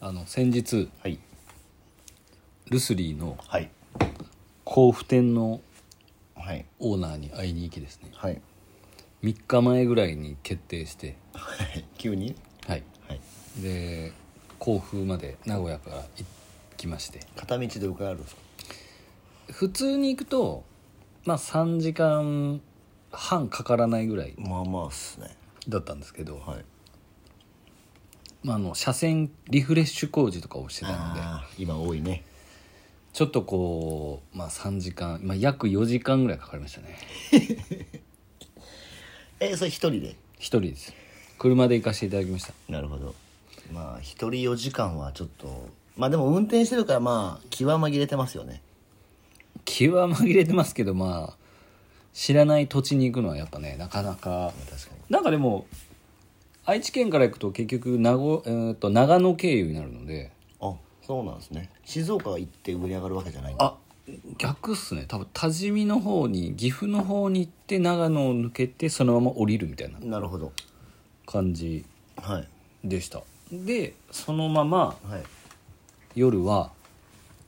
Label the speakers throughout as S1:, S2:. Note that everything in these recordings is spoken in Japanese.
S1: あの先日
S2: はい
S1: ルスリーの
S2: はい
S1: 甲府店の
S2: はい
S1: オーナーに会いに行きですね
S2: はい
S1: 3日前ぐらいに決定して
S2: はい 急に
S1: はい
S2: はい
S1: で甲府まで名古屋から行きまして
S2: 片道で伺うんですか
S1: 普通に行くとまあ3時間半かからないぐらい
S2: まあまあっすね
S1: だったんですけど、
S2: はい
S1: まあ、あの車線リフレッシュ工事とかをしてたので
S2: ああ今多いね
S1: ちょっとこう、まあ、3時間、まあ、約4時間ぐらいかかりましたね
S2: えそれ一人で
S1: 一人です車で行かせていただきました
S2: なるほどまあ一人4時間はちょっとまあでも運転してるからまあ気は紛れてますよね
S1: 気は紛れてますけどまあ知らない土地に行くのはやっぱねなかなか
S2: 確かに
S1: なんかでも愛知県から行くと結局名護、えー、と長野経由になるので
S2: あそうなんですね静岡行って上に上がるわけじゃないんだ
S1: あ逆っすね多分多治見の方に岐阜の方に行って長野を抜けてそのまま降りるみたいな
S2: なるほど
S1: 感じ
S2: はい
S1: でしたでそのまま
S2: はい
S1: 夜は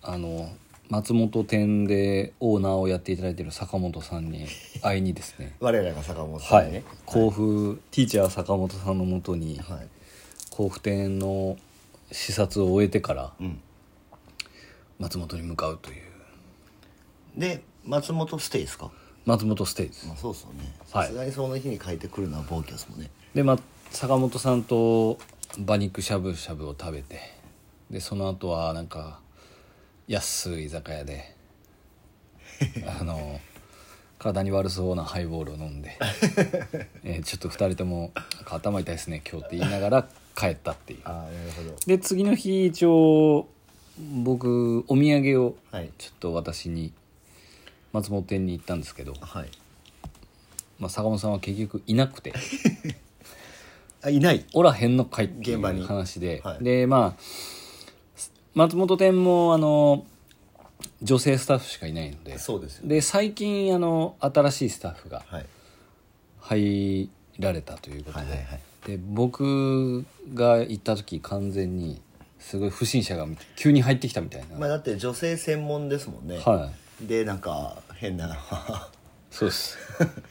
S1: あの松本店でオーナーをやっていただいている坂本さんに会いにですね
S2: 我らが坂本さ
S1: は
S2: んに
S1: い
S2: ね
S1: 甲府ティーチャー坂本さんのもとに
S2: はい、
S1: 甲府店の視察を終えてから
S2: うん
S1: 松本に向かうという
S2: で松本ステイですか
S1: 松本ステージです
S2: まあそうですよね
S1: はい
S2: さすがにその日に帰ってくるのは暴挙ですもんね
S1: で、ま、坂本さんと馬肉しゃぶしゃぶを食べてでその後はなんか安い居酒屋であの体に悪そうなハイボールを飲んで、えーちょっと2人とも「なんか頭痛いですね今日」って言いながら帰ったっていう
S2: ああなるほど
S1: で次の日一応僕お土産を
S2: はい
S1: ちょっと私に松本店に行ったんですけど、
S2: はい
S1: まあ、坂本さんは結局いなくて。
S2: あいない
S1: おらへんのかいってい
S2: 現場に
S1: う話で、
S2: はい
S1: でまあ松本店もあの女性スタッフしかいないので
S2: そうですよね
S1: で最近あの新しいスタッフが
S2: はい
S1: 入られたということで,、
S2: はいはいはい
S1: で僕が行った時完全にすごい不審者が急に入ってきたみたいな、
S2: まあだって女性専門ですもんね
S1: はい
S2: でなんか変な
S1: そうです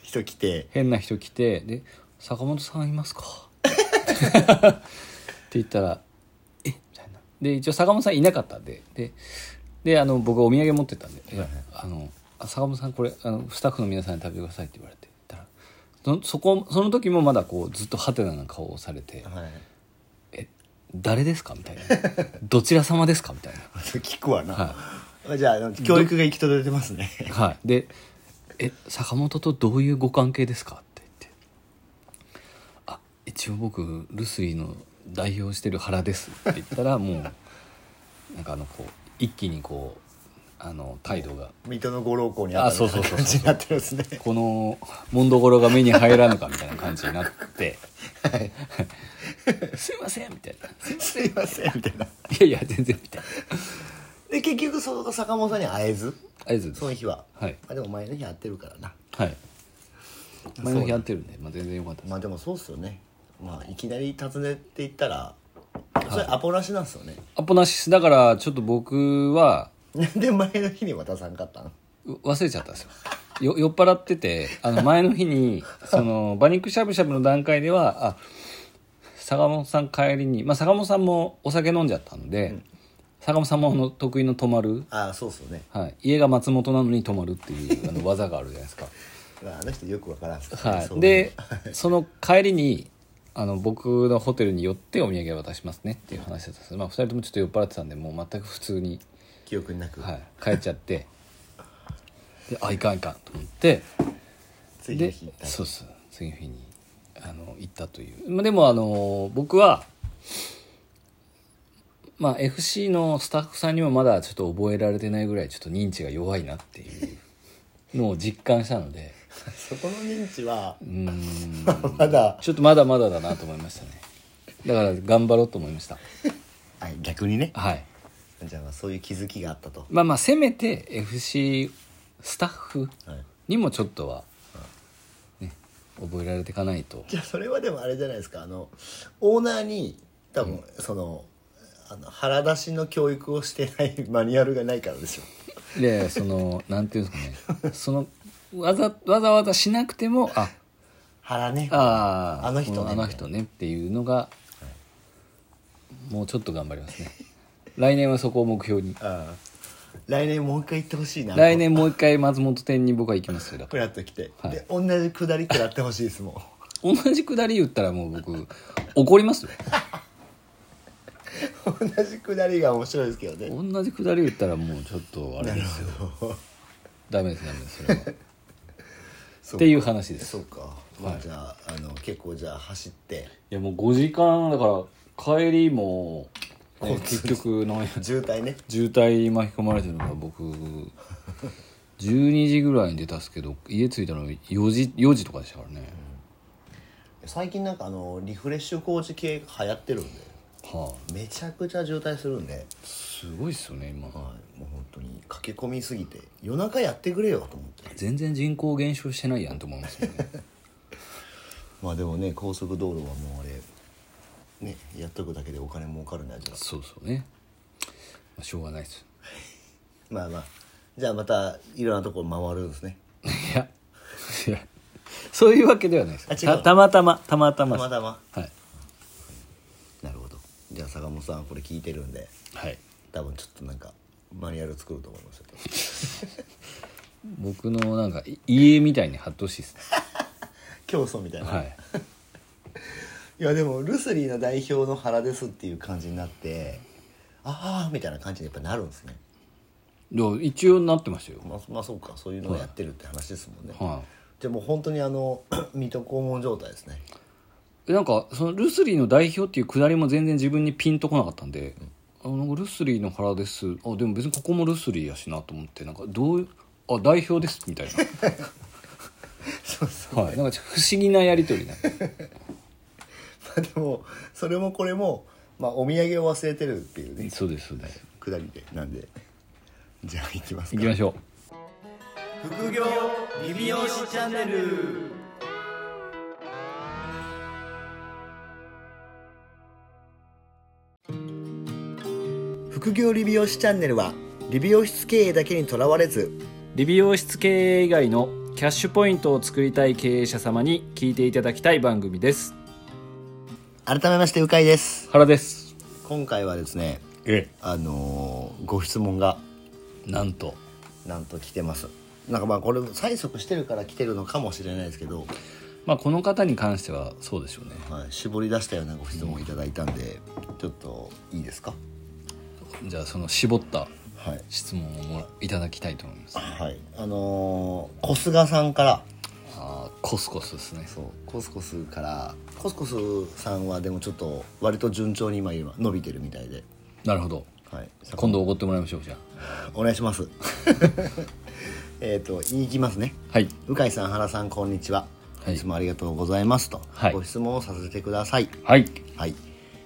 S2: 人来て
S1: 変な人来てで「坂本さんい ますか? 」って言ったら「えみたいなで一応坂本さんいなかったんででであの僕お土産持ってったんで「えあのあ坂本さんこれあのスタッフの皆さんに食べてください」って言われてたらそそこその時もまだこうずっとハテナな顔をされて
S2: はい
S1: 「え誰ですか?」みたいな「どちら様ですか?」みたいな
S2: 聞くわな、
S1: は
S2: じゃああの教育が行き届いてますね
S1: はい、で「え坂本とどういうご関係ですか?」って言って「あ一応僕ルスイの代表してる原です」って言ったらもう なんかあのこう一気にこうあの態度が
S2: 水戸の五郎校に
S1: あ
S2: あった
S1: そう
S2: みた
S1: そ
S2: いう
S1: そうそう
S2: な感じになってるんですね
S1: 「このもんどころが目に入らぬか」みたいな感じになって 「すいません」みたいな「
S2: すいませんみたいない
S1: やいや全然」みたいな
S2: で結局その坂本さんには会えず
S1: ありがとうご
S2: そ
S1: ざい
S2: の
S1: ます
S2: 日は、
S1: はい
S2: まあ、でも前の日会ってるからな
S1: はい前の日やってるんで、まあ、全然よかったです
S2: まあでもそうっすよねまあいきなり訪ねていったらそれアポなしなんですよね、
S1: アポなしですだからちょっと僕は
S2: なんで前の日に渡さんかったん
S1: う忘れちゃったんですよよ酔っ払っててあの前の日 にその馬肉しゃぶしゃぶの段階ではあ坂本さん帰りに、まあ、坂本さんもお酒飲んじゃったので、坂本さんもあの得意の泊まる、
S2: ああそうっすよね
S1: はい、家が松本なのに泊まるっていうあの技があるじゃないですか、
S2: まああの人よくわからんっすよね
S1: は
S2: そう
S1: い、
S2: う
S1: でその帰りにあの僕のホテルに寄ってお土産渡しますねっていう話だったんです、まあ、2人ともちょっと酔っ払ってたんでもう全く普通に
S2: 記憶になく、
S1: はい、帰っちゃってであいかんいかんと思って
S2: 次の日行っ
S1: で
S2: た
S1: そうそう次の日にあの行ったという、まあ、でもあの僕は、まあ、FC のスタッフさんにもまだちょっと覚えられてないぐらいちょっと認知が弱いなっていうのを実感したので
S2: そこの認知は
S1: うーん
S2: まだ
S1: ちょっとまだまだだなと思いましたねだから頑張ろうと思いました
S2: はい逆にね
S1: はい
S2: じゃあまあそういう気づきがあったと、
S1: まあまあせめて FC スタッフ
S2: はい、
S1: にもちょっとは、ね、覚えられていかないと
S2: じゃあそれはでもあれじゃないですかあのオーナーに多分その、あの腹出しの教育をしてないマニュアルがないからでしょ
S1: いやいやそのなんていうんですかねそのわざわざわざしなくてもあ
S2: 腹ね
S1: あー
S2: あの人ね
S1: こあの人ねっていうのがもうちょっと頑張りますね来年はそこを目標に
S2: あー来年もう一回行ってほしいな
S1: 来年もう一回松本店に僕は行きますよだか
S2: ク
S1: ら
S2: ラッと来て、
S1: はい
S2: で同じくだり食らってほしいですもん
S1: 同じくだり言ったらもう僕怒りますよ
S2: 同じくだりが面白いですけどね
S1: 同じくだり言ったらもうちょっとあれですよダメですダメですそれは
S2: そ
S1: っていう話です
S2: そうか、まあ、じゃああの結構じゃあ走って
S1: いやもう5時間だから帰りも、ね結局何や
S2: 渋滞ね
S1: 渋滞に巻き込まれてるのが僕12時ぐらいに出たっすけど家着いたの4時 ,4 時とかでしたからね、
S2: 最近なんかあのリフレッシュ工事系が流行ってるんで
S1: は
S2: めちゃくちゃ渋滞するんで、
S1: あすごいっすよね今、
S2: はい、もう本当に駆け込みすぎて夜中やってくれよと思って
S1: 全然人口減少してないやんと思い ますよね
S2: まあでもね高速道路はもうあれねやっとくだけでお金儲かるんだじゃ
S1: そうそうね、まあ、しょうがないっす
S2: まあまあじゃあまたいろんなところ回るんですね
S1: いやいやそういうわけではないで
S2: あ
S1: す
S2: 違う
S1: たたまたまたまた
S2: た
S1: ま
S2: またま
S1: はい、
S2: なるほどじゃあ坂本さんこれ聞いてるんで
S1: はい、
S2: 多分ちょっとなんかマニュアル作ると思いますよ
S1: 僕のなんかい家みたいに貼ってほしいっ す、
S2: 競争みたいな、
S1: はい
S2: いやでもルスリーの代表の原ですっていう感じになってああみたいな感じにやっぱなるんですね
S1: でも一応なってましたよ、
S2: まあまあそうかそういうのをやってるって話ですもんね、
S1: はい
S2: じゃあもう本当にあの 水戸黄門状態ですね
S1: なんかそのルスリーの代表っていうくだりも全然自分にピンとこなかったんで、あなんかルスリーの原ですあでも別にここもルスリーやしなと思ってなんかどうあ代表ですみたい な
S2: そうそう
S1: はいなんかちょっと不思議なやり取りな
S2: まあでもそれもこれも、まあ、お土産を忘れてるっていうね
S1: そうですそうです
S2: くだりでなんで じゃあ行きます
S1: 行
S2: か
S1: きましょ
S2: 副業リビオシチャンネル副業理美容師チャンネルは理美容室経営だけにとらわれず
S1: う理美容室経営以外のキャッシュポイントを作りたい経営者様に聞いていただきたい番組です
S2: 改めましてうかいです
S1: 原です
S2: 今回はですね
S1: え
S2: あのーご質問が
S1: なんと
S2: なんと来てますなんかまあこれ催促してるから来てるのかもしれないですけど、
S1: まあこの方に関してはそうでしょうね
S2: はい、絞り出したようなご質問をいただいたんで、ちょっといいですか
S1: じゃあその絞った
S2: はい
S1: 質問をもらいただきたいと思います
S2: はい、あのー、小菅さんから
S1: あーコスコスですね
S2: そうコスコスからコスコスさんはでもちょっと割と順調に今今伸びてるみたいで、
S1: なるほど
S2: はい、
S1: 今度おごってもらいましょうじゃあ
S2: お願いし ますえっと言いきますね
S1: はい
S2: 鵜飼さん原さんこんにちは、
S1: はい
S2: い、つもありがとうございますと、
S1: はい
S2: ご質問をさせてください
S1: はい
S2: はい、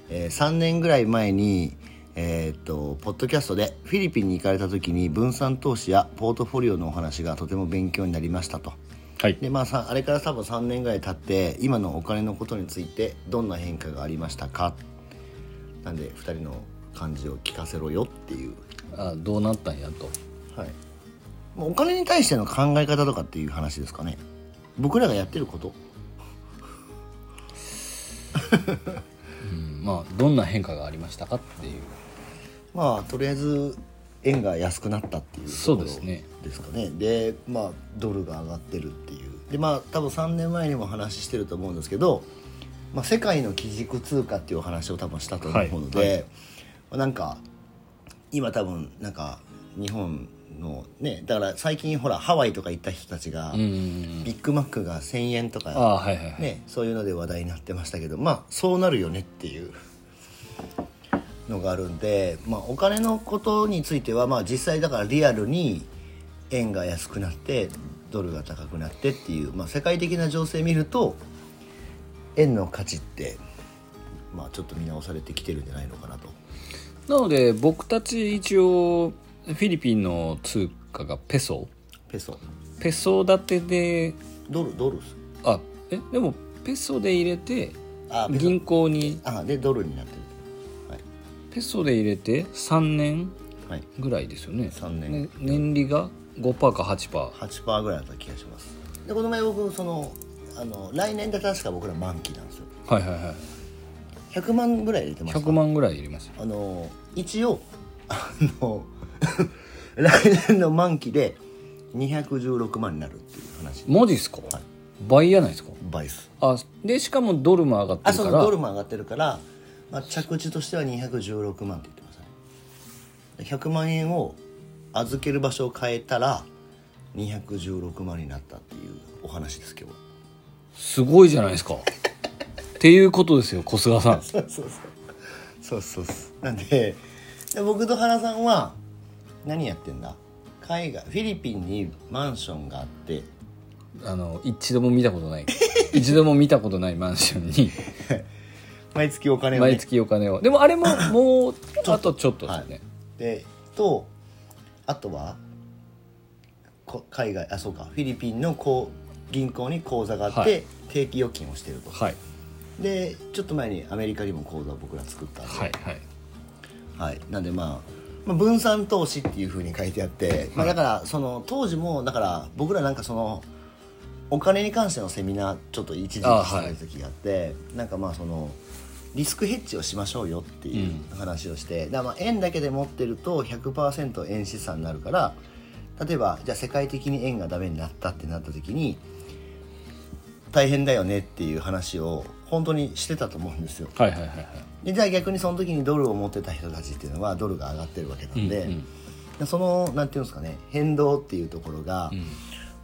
S2: えー3年ぐらい前にえーっとポッドキャストでフィリピンに行かれた時に分散投資やポートフォリオのお話がとても勉強になりましたと
S1: はい
S2: でまあ、さあれから多分3年ぐらい経って今のお金のことについてどんな変化がありましたかなんで2人の感じを聞かせろよっていう、
S1: あどうなったんやと
S2: はい、もうお金に対しての考え方とかっていう話ですかね僕らがやってること
S1: うんまあどんな変化がありましたかっていう
S2: まあとりあえず円が安くなったっていう
S1: そうですね
S2: ところですかねでまあドルが上がってるっていうでまあ多分3年前にも話してると思うんですけど、まあ、世界の基軸通貨っていうお話を多分したと思うので、
S1: はいは
S2: まあなんか今多分なんか日本のねだから最近ほらハワイとか行った人たちが、
S1: うんうんうん
S2: ビッグマックが1000円と
S1: あ
S2: か、
S1: あはいはいはい、
S2: ね、そういうので話題になってましたけどまあそうなるよねっていうのがあるんで、まあ、お金のことについては、まあ、実際だからリアルに円が安くなってドルが高くなってっていう、まあ、世界的な情勢見ると円の価値って、まあ、ちょっと見直されてきてるんじゃないのかなと。
S1: なので僕たち一応フィリピンの通貨がペソ
S2: ペソ
S1: ペソ建てで
S2: ドルドルっす
S1: あえでもペソで入れて
S2: あペソ
S1: 銀行に
S2: あでドルになってる、はい、
S1: ペソで入れて3年
S2: はい
S1: ぐらいですよね
S2: 三年
S1: ね年利が5%か8%
S2: 8%ぐらいだった気がしますでこの前僕そのあの来年で確か僕ら満期なんですよ
S1: はいはいはい
S2: 100万ぐらい入れてました
S1: 100万ぐらい入れますよ
S2: あの一応あの 来年の満期で216万になるっていう話
S1: マジっすか、倍やないですか
S2: 倍数
S1: あでしかもドルも上がって
S2: あ
S1: るか
S2: そう
S1: ら
S2: ドルも上がってるから、まあ、着地としては216万って言ってましたねで100万円を預ける場所を変えたら216万になったっていうお話です今日は
S1: すごいじゃないですかっていうことですよ小菅さん
S2: そうそうそうそうそうそうなんでで僕と原さんは何やってんだ海外フィリピンにマンションがあって
S1: あの一度も見たことない 一度も見たことないマンションに
S2: 毎月お金を、ね、
S1: 毎月お金をでもあれももうあとちょっとですよね、
S2: でとあとはこ海外あそうかフィリピンのこう銀行に口座があって、
S1: はい
S2: 定期預金をしてると、
S1: はい、
S2: でちょっと前にアメリカにも口座を僕ら作ったんで、
S1: はいはい
S2: はい、なんで、まあ、まあ分散投資っていうふうに書いてあって、まあ、だからその当時もだから僕らなんかそのお金に関してのセミナーちょっと一時期
S1: あ
S2: してる時があってなんかまあそのリスクヘッジをしましょうよっていう話をして、だからまあ円だけで持ってると100%円資産になるから例えばじゃあ世界的に円がダメになったってなった時に大変だよねっていう話を本当にしてたと思うんですよ。
S1: はいはいはいはい
S2: でじゃあ逆にその時にドルを持ってた人たちっていうのはドルが上がってるわけなんで、
S1: うんうん
S2: でそのなんていうんですかね変動っていうところが、
S1: ん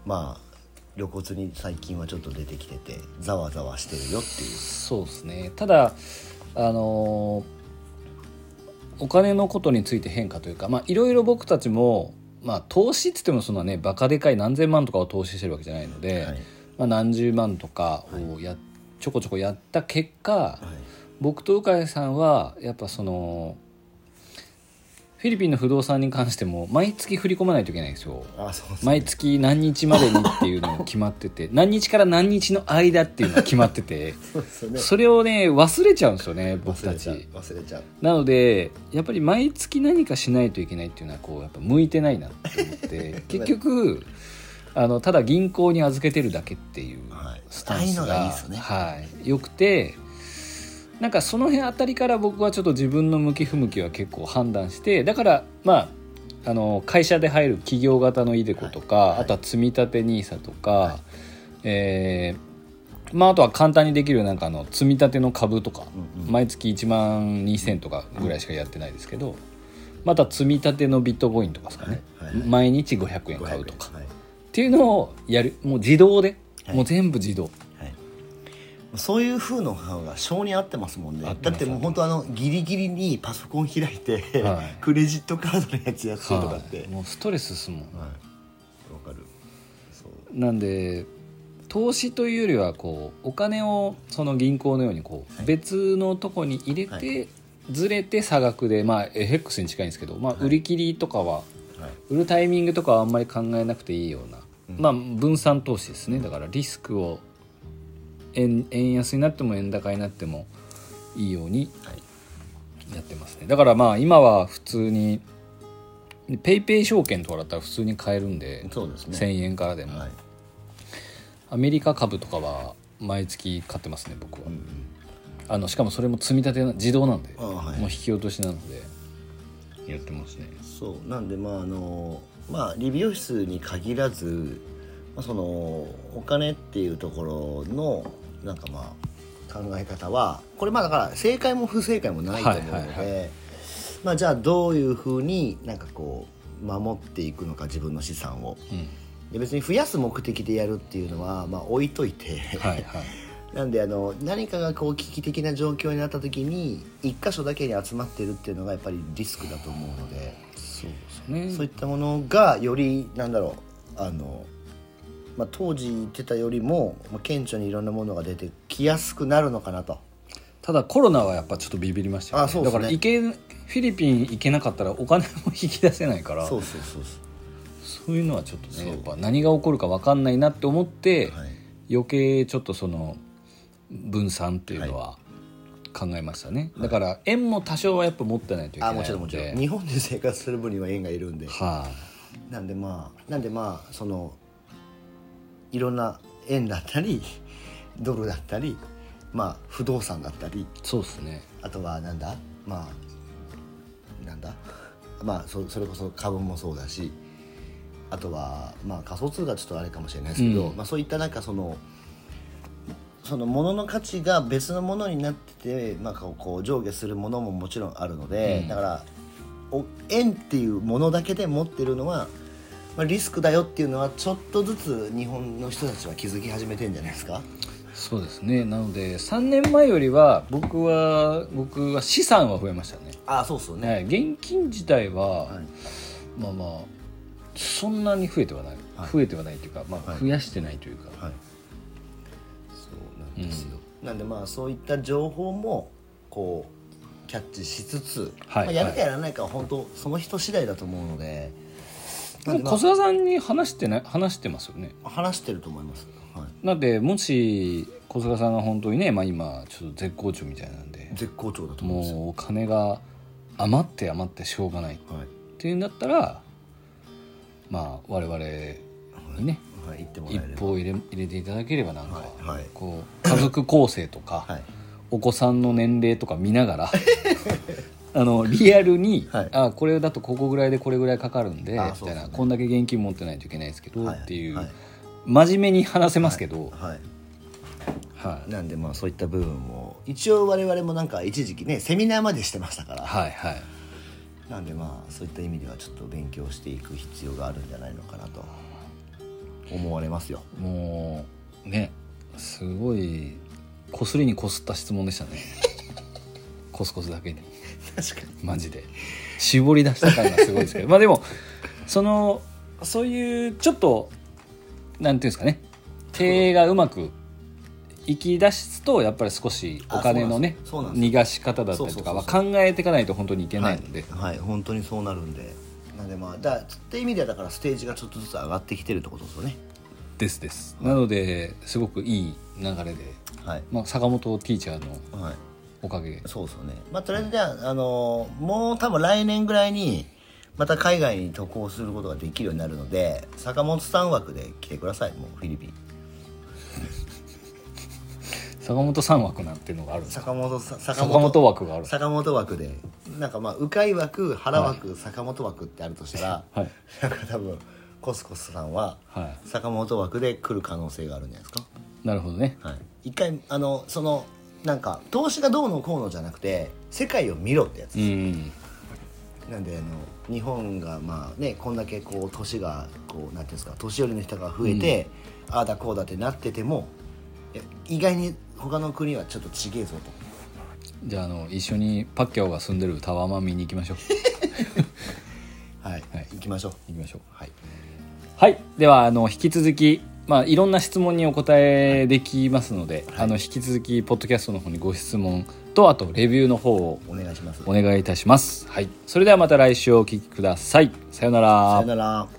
S2: まあ露骨に最近はちょっと出てきててざわざわしてるよっていう
S1: そうですねただあのーお金のことについて変化というかまあいろいろ僕たちもまあ投資っつってもそんなねバカでかい何千万とかを投資してるわけじゃないので、
S2: はい
S1: まあ、何十万とかをや、ちょこちょこやった結果、僕と鵜飼さんはやっぱそのフィリピンの不動産に関しても毎月振り込まないといけないんですよ。
S2: あそうですね
S1: 毎月何日までにっていうのが決まってて 何日から何日の間っていうのが決まってて
S2: そうですよね
S1: それをね忘れちゃうんですよね僕
S2: 忘
S1: た
S2: れちゃう
S1: ち
S2: 忘れちゃう
S1: なのでやっぱり毎月何かしないといけないっていうのはこうやっぱ向いてないなって思って 結局あのただ銀行に預けてるだけっていう
S2: はい
S1: スタンスが,、
S2: ああいうのがいいですよね
S1: はい、よくてなんかその辺あたりから僕はちょっと自分の向き不向きは結構判断してだからまああの会社で入る企業型のイデコとか、
S2: はい
S1: あとは積立 NISA とか、えーまあ、あとは簡単にできるなんかあの積み立ての株とか、
S2: うんうん
S1: 毎月1万2000とかぐらいしかやってないですけど、また積み立てのビットコインとかですかね、
S2: はいはいはい
S1: 毎日500円買うとか、
S2: 500はい
S1: っていうのをやるもう自動で、
S2: はい
S1: もう全部自動
S2: はいそういう風の方が性に合ってますもんね
S1: 合って
S2: だ
S1: ま
S2: っ
S1: す
S2: てもう本当あのギリギリにパソコン開いて、
S1: はい
S2: クレジットカードのやつやってとかって、
S1: はいもうストレスすもん、
S2: はい、わかるそう
S1: なんで投資というよりはこうお金をその銀行のようにこう、
S2: はい
S1: 別のとこに入れて、
S2: は
S1: ずれて差額でまあ FX に近いんですけど、まあ、
S2: はい
S1: 売り切りとかは
S2: はい
S1: 売るタイミングとかはあんまり考えなくていいような、まあ分散投資ですねだからリスクを円円安になっても円高になってもいいように
S2: はい
S1: やってますねだからまあ今は普通にペイペイ証券とかだったら普通に買えるんで、
S2: そうですね
S1: 1000円からでも、
S2: はい
S1: アメリカ株とかは毎月買ってますね僕は、
S2: うんうん
S1: あのしかもそれも積み立てな自動なんで、
S2: あはい
S1: もう引き落としなのでやってますね
S2: そうなんでまああのまあ理美容室に限らず、まあ、そのお金っていうところのなんかまあ考え方はこれまあだから正解も不正解もないと思うので、
S1: はいはい
S2: まあじゃあどういうふうになんかこう守っていくのか自分の資産を
S1: うん
S2: で別に増やす目的でやるっていうのはまあ置いといて、
S1: はいはい
S2: なんであの何かがこう危機的な状況になった時に一箇所だけに集まってるっていうのがやっぱりリスクだと思うので、
S1: そうですね
S2: そういったものがよりなんだろうあの、まあ、当時言ってたよりも、まあ、顕著にいろんなものが出てきやすくなるのかなと
S1: ただコロナはやっぱちょっとビビりましたよ、ね
S2: あそうですね
S1: だから行けフィリピン行けなかったらお金も引き出せないから
S2: そうそうそうそ
S1: そういうのはちょっと
S2: そう
S1: ねやっぱ何が起こるか分かんないなって思って、
S2: う、はい
S1: 余計ちょっとその分散っていうのは考考えましたねだから円も多少はやっぱ持ってないといけな
S2: あ
S1: いの
S2: も
S1: で
S2: ちろんもちろん日本で生活する分には縁がいるんで
S1: はい、
S2: なんでまあなんでまあそのいろんな円だったりドルだったりまあ不動産だったり
S1: そうですね
S2: あとはなんだまあなんだまあそそれこそ株もそうだしあとはまあ仮想通貨ちょっとあれかもしれないですけど、
S1: うん
S2: まあ、そういったなんかそのそのものの価値が別のものになってて、まあ、こうこう上下するものももちろんあるので、
S1: うん
S2: だからお円っていうものだけで持ってるのは、まあ、リスクだよっていうのはちょっとずつ日本の人たちは気づき始めてんじゃないですか
S1: そうですねなので3年前よりは僕は僕は資産は増えましたね
S2: ああそうっすよ
S1: ね現金自体は、
S2: はい
S1: まあまあそんなに増えてはない、
S2: はい
S1: 増えてはないというか、まあ、
S2: はい
S1: 増やしてないというか、
S2: はい、そうなんですよ、なんでまあそういった情報もこうキャッチしつつ、
S1: はい
S2: まあ、やるかやらないかは本当その人次第だと思うので、
S1: で
S2: な
S1: も
S2: んでま
S1: 小菅さんに話してない話してますよね
S2: あ話してると思います、はい、
S1: なんでもし小菅さんが本当にね、まあ、今ちょっと絶好調みたいなんで
S2: 絶好調だと思うんですよ
S1: もうお金が余って余ってしょうがないっ
S2: はい
S1: ていうんだったらまあ我々にね
S2: はい、言ってもらえ
S1: 一
S2: れば
S1: 歩入れ入れていただければなんか、
S2: はいはい
S1: こう家族構成とか、
S2: はい
S1: お子さんの年齢とか見ながら あのリアルに、
S2: はい
S1: あこれだとここぐらいでこれぐらいかかるんでみ
S2: あ
S1: た
S2: そう
S1: い
S2: です
S1: な、
S2: ね
S1: こんだけ現金持ってないといけないですけど、
S2: はい
S1: っていう、
S2: はい
S1: 真面目に話せますけど、
S2: はい
S1: はい
S2: なんでまあそういった部分も一応我々もなんか一時期ねセミナーまでしてましたから、
S1: はいはい
S2: なんでまあそういった意味ではちょっと勉強していく必要があるんじゃないのかなと思われますよ
S1: もうねすごいこすりにこすった質問でした ねこすこすだけに
S2: 確かに
S1: マジで絞り出した感がすごいです けどまあでもそのそういうちょっとなんていうんですかね経営がうまくいき出すとやっぱり少しお金のね
S2: あそうなんですそうなんです
S1: 逃がし方だったりとかは
S2: そうそ
S1: 考えていかないと本当にいけないので、
S2: はい、はい本当にそうなるんでなんでまあだって意味ではだからステージがちょっとずつ上がってきてるってことですよね
S1: ですですなのですごくいい流れで、
S2: はい
S1: まあ、坂本ティーチャーの
S2: はい
S1: おかげで
S2: そうですよねまあとりあえずじゃあ、あのーもう多分来年ぐらいにまた海外に渡航することができるようになるので坂本さん枠で来てくださいもうフィリピン
S1: 坂本三枠なんていうのがあるんですか
S2: 坂本さ坂
S1: 坂本枠があるんですか
S2: 坂本枠でなんかまあ鵜飼枠原枠、坂本枠ってあるとしたら、
S1: はい
S2: なんか多分コスコスさんは
S1: は
S2: 坂本枠で来る可能性があるんじゃないですか
S1: いなるほどね
S2: はい、一回あのそのなんか投資がどうのこうのじゃなくて世界を見ろってやつ、
S1: うん
S2: なんであの日本がまあねこんだけこう年がこうなんていうんですか年寄りの人が増えて、ああだこうだってなっててもえ意外に他の国はちょっとちげえぞと
S1: じゃああの一緒にパッキャオが住んでるタワーマン見に行きま しょう
S2: はい、
S1: はい
S2: 行きましょう
S1: 行きましょう
S2: はい
S1: はいではあの引き続きまあいろんな質問にお答えできますので、あの引き続きポッドキャストの方にご質問とあとレビューの方を
S2: お願いします
S1: お願いいたしますはいそれではまた来週お聞きくださいさよう
S2: さよなら